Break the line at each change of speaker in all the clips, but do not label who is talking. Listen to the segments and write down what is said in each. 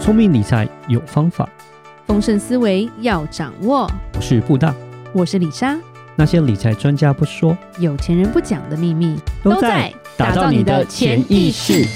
聪明理财有方法，
丰盛思维要掌握。
我是布大。
我是李莎，
那些理财专家不说，
有钱人不讲的秘密
打造你的潜意识。。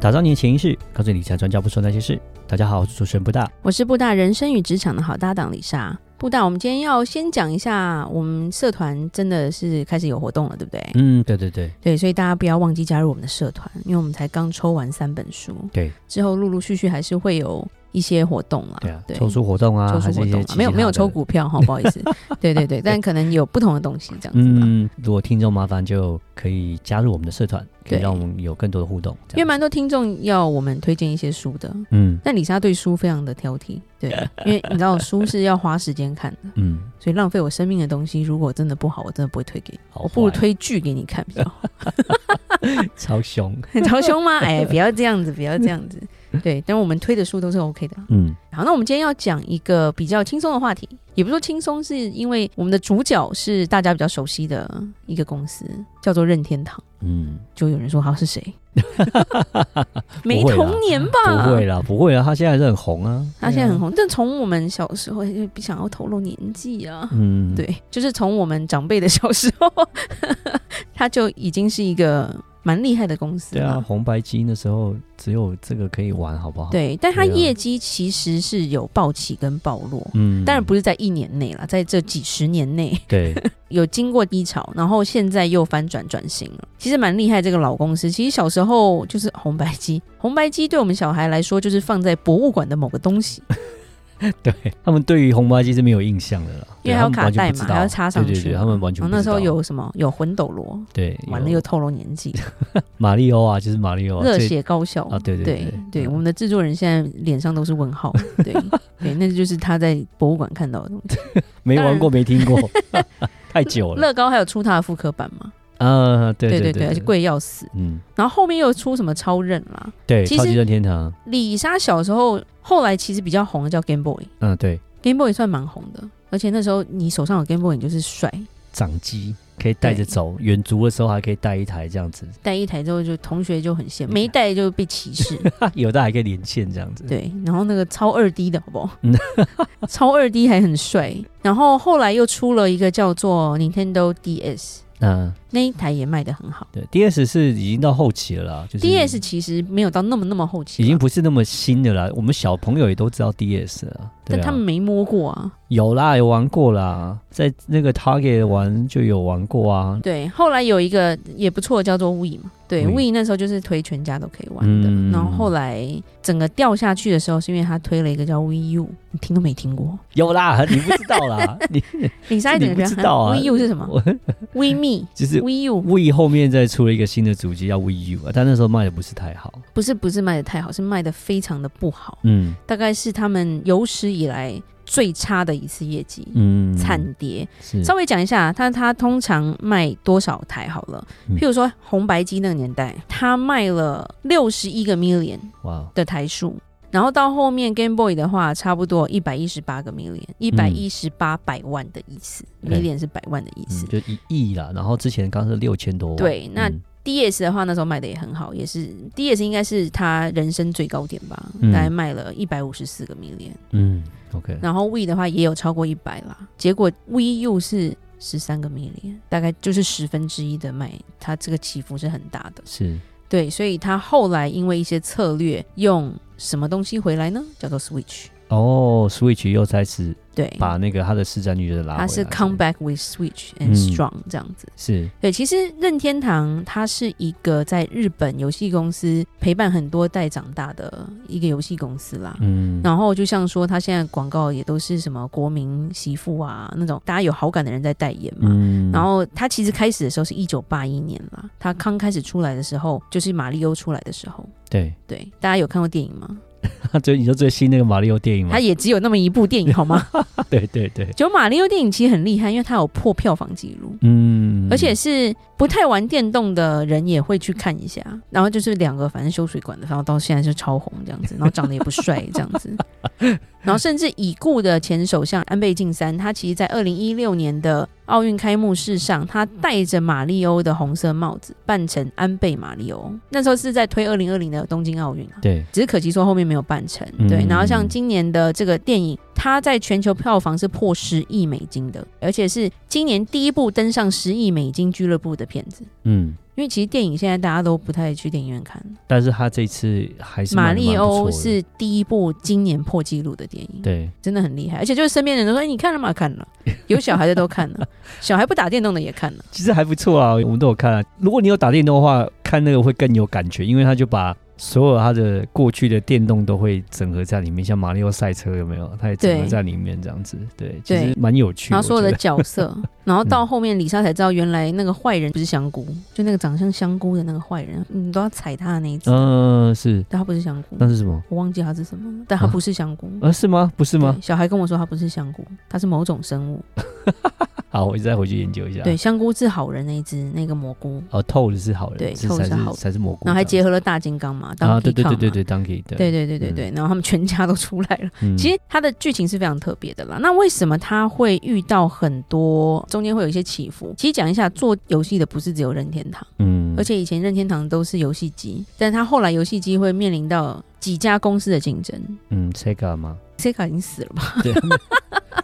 打造你的潜意识，告诉你理财专家不说那些事。大家好，我是主持人布大。
我是布大人生与职场的好搭档李莎。布大，我们今天要先讲一下，我们社团真的是开始有活动了，对不对？
嗯，对对对，
对，所以大家不要忘记加入我们的社团，因为我们才刚抽完三本书，
对
之后陆陆续续还是会有一些活动啦。
对啊，
对
抽书活动啊，
抽
还
出
是
活
一
动
些
嘛
其
没有
他
没有
的
抽。股票哈，不好意思，对对对，但可能有不同的东西这样子吧。
嗯，如果听众麻烦就可以加入我们的社团，可以
对
让我们有更多的互动。这
因为
样
蛮多听众要我们推荐一些书的，
嗯
但李莎对书非常的挑剔， 对，因为你知道书是要花时间看的，
嗯，
所以浪费我生命的东西，如果真的不好，我真的不会推给你，
好
我不如
坏
推剧给你看比 较好。
超凶。
超凶吗？哎，不要这样子，不要这样子。对，但我们推的书都是 OK 的。
嗯，
好，那我们今天要讲一个比较轻松的话题，也不是说轻松，是因为我们的主角是大家比较熟悉的一个公司，叫做任天堂。
嗯，
就有人说他 是谁？没
不会啦
童年吧？
嗯不会啦，不会啦，他现在还是很红啊，
他现在很
红，
红，但从我们小时候就不想要透露年纪啊。
嗯，
对，就是从我们长辈的小时候， 他就已经是一个蛮厉害的公司
对啊，
了。
红白机那时候只有这个可以玩，好不好？，
对，但他
对啊
业绩其实是有暴起跟暴落，
嗯，
当然不
是
是在一年内啦，在这几十年内，
对，
有经过低潮，然后现在又翻转转型了，其实蛮厉害。这个老公司其实小时候就是红白机，红白机对我们小孩来说就是放在博物馆的某个东西，
对他们对于红白机是没有印象的啦，
因
对
为还
他
有
们
卡
完全
带
不
嘛，
知道
还要插上去。
对对对，他们完全
然
不
后那
知
时候
道
有什么？有魂斗罗，
对，
完了
有
又透露年 纪，
马里奥啊，就是马里奥啊
热
最
血高校
啊对对
对
对
对
嗯
我们的制作人现在脸上都是问 号，对对，那就是他在博物馆看到的东西。
没
当然
玩过没听过， 太久了，
乐高还有出他的复刻版嘛？
啊，对
对
对
对，而且，贵要死。
嗯，
然后后面又出什么超任啦？
对，
其
超级
实
任天堂，
李莎小时候后来其实比较红的叫 Game Boy，Game
嗯，对，
Boy 算蛮红的，而且那时候你手上有 Game Boy 你就是帅，
掌机可以带着
对
走，远足的时候还可以带一台这样子，
带一台之后就同学就很羡慕，没带就被歧视。
有的还可以连线这样子，
对，然后那个超二 D 的好不好
嗯？
超二 D 还很帅。然后后来又出了一个叫做 Nintendo DS，
嗯，
那一台也卖得很好。
对，DS 是已经到后期了啦，就是
DS 其实没有到那么那么后期
已
了，
经不是那么新的啦，我们小朋友也都知道 DS 了，对
但
啊，
他们没摸过啊。
有啦，有玩过啦，在那个 Target 玩就有玩过啊，
对，后来有一个也不错，叫做 We 嘛。对
Wii
，We 那时候就是推全家都可以玩的。
嗯
然后后来整个掉下去的时候，是因为他推了一个叫 We U，你听都没听过。
有啦，你不知道 啦，你
李莎一
这
整
你
个觉
不
得
知道啊
We U 是什么
我
？We Me，We
就是
U
We 后面再出了一个新的主机叫 We U 啊，但那时候卖的不是太好，
不是不是卖的太好，是卖的非常的不好。
嗯
大概是他们有史以来最差的一次业绩，
嗯，
惨跌。
是
稍微讲一下，它它通常卖多少台好了？
嗯
譬如说红白机那个年代，它卖了六十一个 million
哇，
的台数。然后到后面 Game Boy 的话，差不多一百一十八个 million，一百一十八百万的意思、
嗯
m i l l i o n 是百万的意思
嗯，。就一亿啦，然后之前刚是六千多万，
对那
嗯
DS 的话，那时候卖的也很好，也是 DS 应该是他人生最高点吧，
嗯
大概卖了一百五十四个 million。
嗯 OK，
然后 We 的话也有超过一百啦，结果 We U 是十三个 million，大概就是十分之一的卖，它这个起伏是很大的。
是
对，所以它后来因为一些策略，用什么东西回来呢？叫做 Switch。
哦，Switch 又开始
对，
把那个它的市占率就拉回
它
来，
是 Come Back with Switch
嗯
and Strong 这样子。
是
对，其实任天堂它是一个在日本游戏公司陪伴很多代长大的一个游戏公司啦。
嗯
然后就像说，它现在广告也都是什么国民媳妇啊那种大家有好感的人在代言嘛。
嗯
然后它其实开始的时候是一九八一年啦，它刚开始出来的时候就是马里欧出来的时候。
对，
对，大家有看过电影吗？
最你说最新那个马里奥电影嘛
它，也只有那么一部电影，好吗？
对对对，
就马里欧电影其实很厉害，因为它有破票房记录，
嗯，
而且是不太玩电动的人也会去看一下。然后 就是两个反正修水管的，然后到现在就超红这样子，然后长得也不帅这样子。然后甚至已故的前首相安倍晋三，他其实在二零一六年的奥运开幕式上，他戴着马里欧的红色帽子，扮成安倍马里欧。那时候是在推二零二零的东京奥运啊，
对，
只是可惜说后面没有办成。
嗯
对，然后像今年的这个电影，它在全球票房是破十亿美金的，而且是今年第一部登上十亿美金俱乐部的片子。
嗯，
因为其实电影现在大家都不太去电影院看，
但是他这次还是
马
蛮
里欧，
蛮不错
是第一部今年破纪录的电影
的，对，
真的很厉害。而且就是身边的人都说：“哎、你看了吗？看了，有小孩的都看了，小孩不打电动的也看了。
其实还不错啊，我们都有看、啊。如果你有打电动的话，看那个会更有感觉，因为他就把所有他的过去的电动都会整合在里面，像马里奥赛车有没有？他也整合
对
在里面这样子，对，其
对
实蛮有”趣。
然后所有
我
的
觉得嗯
角色，然后到后面李莎才知道，原来那个坏人不是香菇，就那个长相香菇的那个坏人，你都要踩他的那一次，
嗯、是，
但他不是香菇，
那是什么？
我忘记他是什么了，但他不是香菇。
呃，是吗？不是吗
对？小孩跟我说他不是香菇，他是某种生物。
好，我再回去研究一下。
对，，香菇是好人那一只那个蘑菇，
哦，透的是好人，
对
是
透的
才
是好人
才是蘑菇这样子，
然后还结合了大金刚嘛，当
啊，对对对对对
对
，Donkey，对
对对对对对，然后他们全家都出来了。
嗯
其实它的剧情是非常特别的啦。那为什么它会遇到很多中间会有一些起伏？其实讲一下，做游戏的不是只有任天堂，
嗯
而且以前任天堂都是游戏机，但它后来游戏机会面临到几家公司的竞争。
嗯，Sega 吗？
Sega 已经死了吧
对，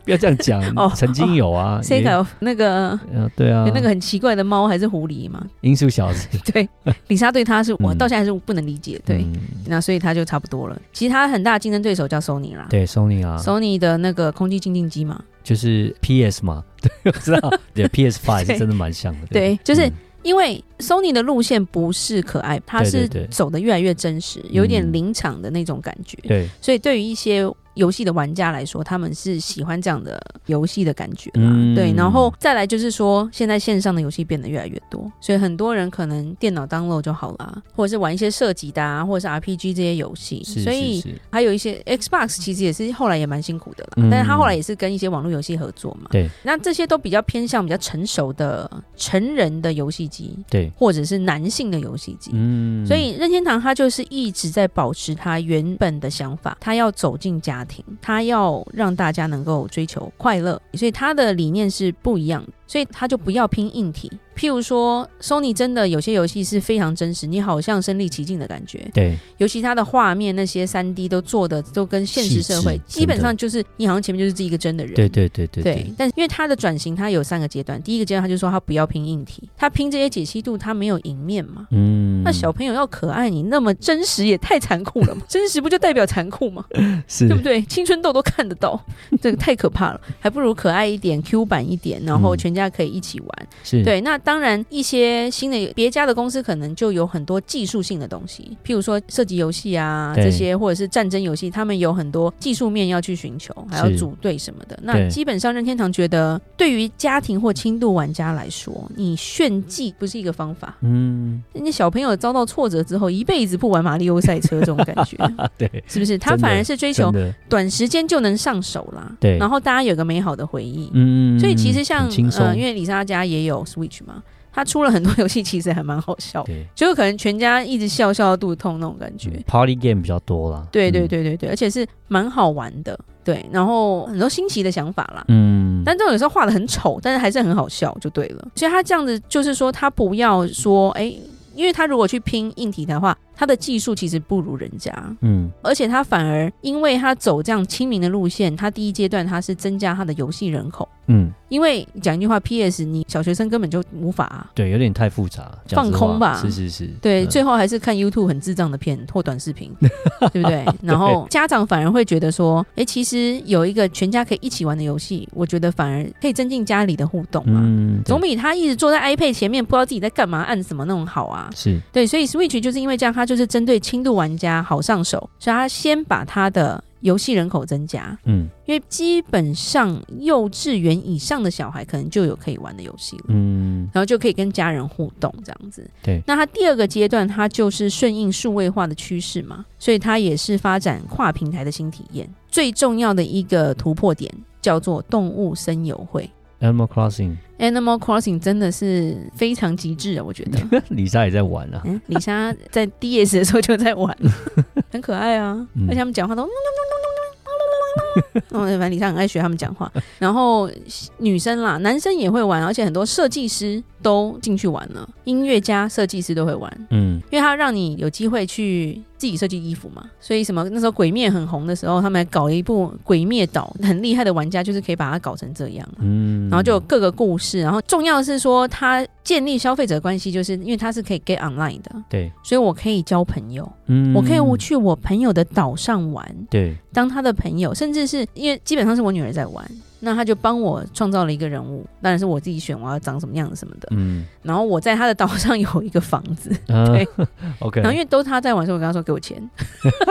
不要这样讲
哦，
曾经有啊也
？Sega 有那个
呃，对啊
有，那个很奇怪的猫还是狐狸嘛？
音速小子，
对，李莎对它是我
嗯
到现在还是不能理解。对，
嗯
那所以它就差不多了。其实它很大的竞争对手叫 Sony 啦。
对，Sony 啊，
Sony 的那个空气清净机嘛，
就是 PS 嘛， 对，我知道，对，PS Five
对
是真的蛮像的，
对就是
嗯
因为 Sony 的路线不是可爱，它是
对对对
走的越来越真实，有一点
嗯
临场的那种感觉。
对，
所以对于一些游戏的玩家来说，他们是喜欢这样的游戏的感觉啦。
嗯
对，然后再来就是说，现在线上的游戏变得越来越多，所以很多人可能电脑 download 就好啦，或者是玩一些射击的啊，或者是 RPG 这些游戏。
是
所以
是是，
还有一些 Xbox 其实也是后来也蛮辛苦的啦，
嗯
但是他后来也是跟一些网络游戏合作嘛。
对，
那这些都比较偏向比较成熟的成人的游戏机，
对，
或者是男性的游戏机。
嗯，
所以任天堂它就是一直在保持它原本的想法，它要走进家庭，它要让大家能够追求快乐，所以它的理念是不一样的，所以它就不要拼硬体。譬如说，Sony 真的有些游戏是非常真实，你好像身临其境的感觉，
对，
尤其它的画面那些三 D 都做的都跟现实社会
细致
基本上就是你好像前面就是一个真的人，
对对对对
对，，但是因为它的转型，它有三个阶段。第一个阶段，他就说他不要拼硬体，他拼这些解析度，他没有赢面嘛。
嗯，
那小朋友要可爱你，那么真实也太残酷 了嘛？真实不就代表残酷吗？
是
对不对？青春痘都看得 到，这个太可怕了，还不如可爱一点、Q 版一点，然
嗯
后全家可以一起玩。
是，
对，那当然一些新的别家的公司可能就有很多技术性的东西，譬如说射击游戏啊
对
这些，或者是战争游戏，他们有很多技术面要去寻求，还要
是
组队什么的。那
对
基本上任天堂觉得，对于家庭或轻度玩家来说，你炫技不是一个方法。
嗯，
人家小朋友遭到挫折之后，一辈子不玩马里奥赛车这种感觉，
对，
是不是？他
真的
反而是追求
真的，
短时间就能上手啦，
对
然后大家有个美好的回忆，
嗯，
所以其实像
很轻松
呃，，因为李莎家也有 Switch 嘛，她出了很多游戏，其实还蛮好笑的，
对。
就是可能全家一直笑笑到肚子痛那种感觉。
嗯 Party game 比较多啦，
对对
嗯，
对对对，而且是蛮好玩的，对，然后很多新奇的想法啦。
嗯，
但这种有时候画的很丑，但是还是很好笑，就对了。所以他这样子就是说，他不要说，哎、因为他如果去拼硬体的话，他的技术其实不如人家，
嗯
而且他反而因为他走这样亲民的路线，他第一阶段他是增加他的游戏人口。
嗯，
因为讲一句话，P.S. 你小学生根本就无法、啊。
对，有点太复杂，讲
放
实
空
话
吧
是是是，
对，
嗯
最后还是看 YouTube 很智障的片或短 视频，对不对？然后家长反而会觉得说，哎，其实有一个全家可以一起玩的游戏，我觉得反而可以增进家里的互动嘛。
嗯，
总
比
比他一直坐在 iPad 前面不知道自己在干嘛按什么那种好啊。
是
对，所以 Switch 就是因为这样，它就是针对轻度玩家好上手，所以它先把它的游戏人口增加，
嗯
因为基本上幼稚园以上的小孩可能就有可以玩的游戏了。
嗯
然后就可以跟家人互动这样子。
对
那它第二个阶段，它就是顺应数位化的趋势嘛，所以它也是发展跨平台的新体验。最重要的一个突破点叫做动物森友会。
，Animal Crossing，
Animal Crossing 真的是非常极致啊，我觉得。
李莎也在玩啊，
嗯，李莎在 DS 的时候就在玩，很可爱啊，
嗯
而且他们讲话都。嗯，反正李尚很爱学他们讲话。然后女生啦，男生也会玩，而且很多设计师都进去玩了，音乐家、设计师都会玩，
嗯，
因为他让你有机会去自己设计衣服嘛。所以什么那时候《鬼灭》很红的时候，他们还搞了一部《鬼灭岛》，很厉害的玩家就是可以把它搞成这样。
嗯，
然后就有各个故事，然后重要的是说，它建立消费者关系，就是因为它是可以 get online 的，
对，
所以我可以交朋友，
嗯
我可以去我朋友的岛上玩，
对，
当他的朋友，甚至是因为基本上是我女儿在玩，那她就帮我创造了一个人物，当然是我自己选我要长什么样子什么的。
嗯，
然后我在她的岛上有一个房子，
啊
对
，OK，
然后因为都是她在玩，所以我跟她说给我钱，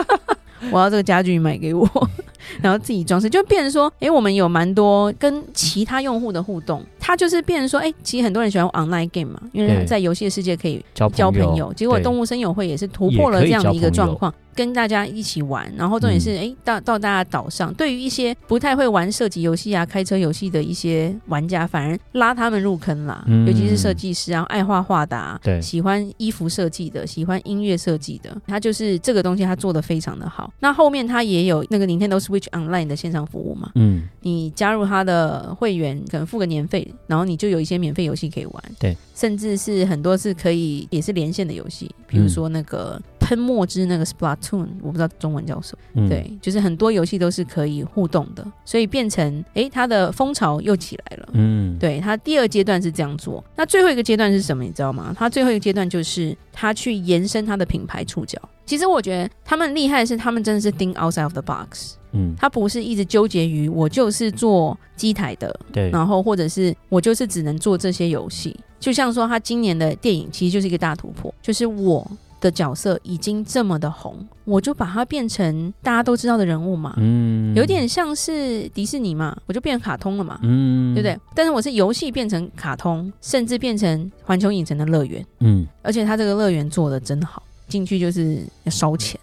我要这个家具你买给我， 然后自己装饰，就变成说，诶，我们有蛮多跟其他用户的互动，它就是变成说，诶，其实很多人喜欢 online game 嘛，因为
对
在游戏的世界可以
交
交朋
友
友，结果
对
动物声友会也是突破了这样的一个状况，跟大家一起玩。然后重点是，
嗯
哎、到到大家岛上，对于一些不太会玩射击游戏啊、开车游戏的一些玩家，反而拉他们入坑啦。
嗯
尤其是设计师啊，爱画画的、啊，
对
喜欢衣服设计的，喜欢音乐设计的，他就是这个东西他做的非常的好。那后面他也有那个 Nintendo Switch Online 的线上服务嘛，
嗯，
你加入他的会员，可能付个年费，然后你就有一些免费游戏可以玩。
对，
甚至是很多是可以也是连线的游戏，比如说那个喷墨汁那个 Splatoon，我不知道中文叫什么。
嗯，
对，就是很多游戏都是可以互动的，所以变成诶，它的风潮又起来了。
嗯，
对它第二阶段是这样做，那最后一个阶段是什么？你知道吗？它最后一个阶段就是它去延伸它的品牌触角。其实我觉得他们厉害的是，他们真的是 think outside of the box。
嗯，
他不是一直纠结于我就是做机台的，
对，
然后或者是我就是只能做这些游戏。就像说他今年的电影其实就是一个大突破，就是我的角色已经这么的红，我就把它变成大家都知道的人物嘛，
嗯，
有，点像是迪士尼嘛，我就变卡通了嘛。
嗯，
对不对？？但是我是游戏变成卡通，甚至变成环球影城的乐园，
嗯，
而且他这个乐园做的真好，进去就是要 烧钱，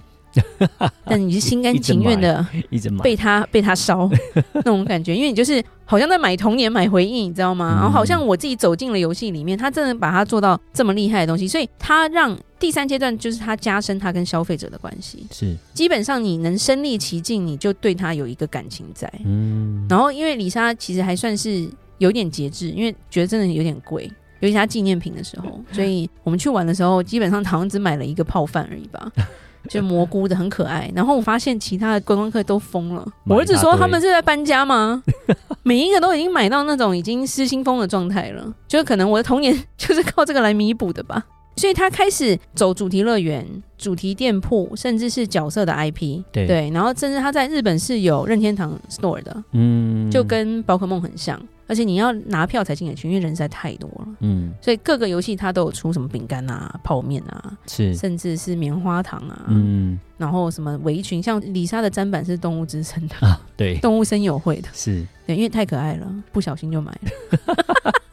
但你是心甘
一直
情愿
买
的
一直买，
被他被 他烧那种感觉，因为你就是好像在买童年买回忆，你知道吗？
嗯
然后好像我自己走进了游戏里面，他真的把它做到这么厉害的东西，所以他让第三阶段就是他加深他跟消费者的关系。
是，
基本上你能身历其境，你就对他有一个感情在。
嗯，
然后因为李莎其实还算是有点节制，因为觉得真的有点贵。尤其他纪念品的时 候，所以我们去玩的时候，基本上好像只买了一个泡饭而已 吧，就蘑菇的很可爱。然后我发现其他的观光客都疯了，
买
我儿子说
一大堆
他们是在搬家吗？ 每一个都已经买到那种已经失心疯的状态了，就是可能我的童年 就是靠这个来弥补的吧。所以他开始走主题乐园、主题店铺，甚至是角色的 IP，
对
对，然后甚至他在日本是有任天堂 store 的，
嗯，
就，跟宝可梦很像，而且你要拿票才进得去，因为人实在太多了。
嗯，
所以各个游戏它都有出什么饼干啊、泡面啊，
是，
甚至是棉花糖啊，
嗯，
然后什么围裙，像李莎的砧板是动物之森的，
啊，对，
动物森友会的，
是
对，因为太可爱了，不小心就买了。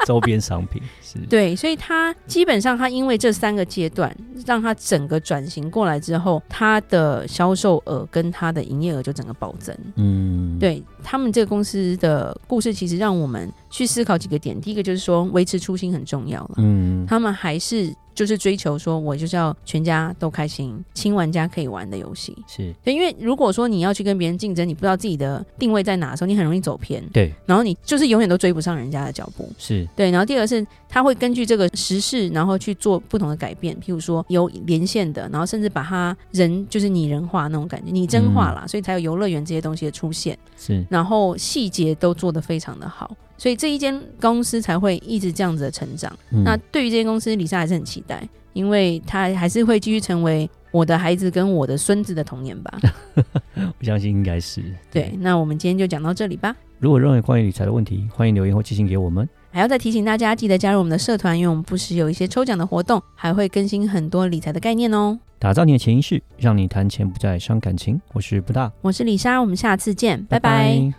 周边商品，是，
对，所以他基本上他因为这三个阶段，让他整个转型过来之后，他的销售额跟他的营业额就整个暴增。
嗯，，
对他们这个公司的故事，其实让我们去思考几个点。第一个就是说，维持初心很重要了。
嗯，
他们还是就是追求说，我就是要全家都开心，新玩家可以玩的游戏。
是，
对，因为如果说你要去跟别人竞争，你不知道自己的定位在哪的时候，你很容易走偏，
对，
然后你就是永远都追不上人家的脚步。
是，
对，然后第二个是它会根据这个时事，然后去做不同的改变，譬如说有连线的，然后甚至把它人就是拟人化那种感觉，拟真
嗯
化啦，所以才有游乐园这些东西的出现，
是，
然后细节都做得非常的好，所以这一间公司才会一直这样子的成长。
嗯
那对于这间公司，李莎还是很期待，因为她还是会继续成为我的孩子跟我的孙子的童年 吧。
我相信应该是
对，那我们今天就讲到这里吧。
如果有任何关于理财的问题，欢迎留言或寄信给我们。
还要再提醒大家，记得加入我们的社团，因为我们不时有一些抽奖的活动，还会更新很多理财的概念哦。
打造你的潜意识，让你谈钱不再伤感情。我是不大，
我是李莎，我们下次见，拜拜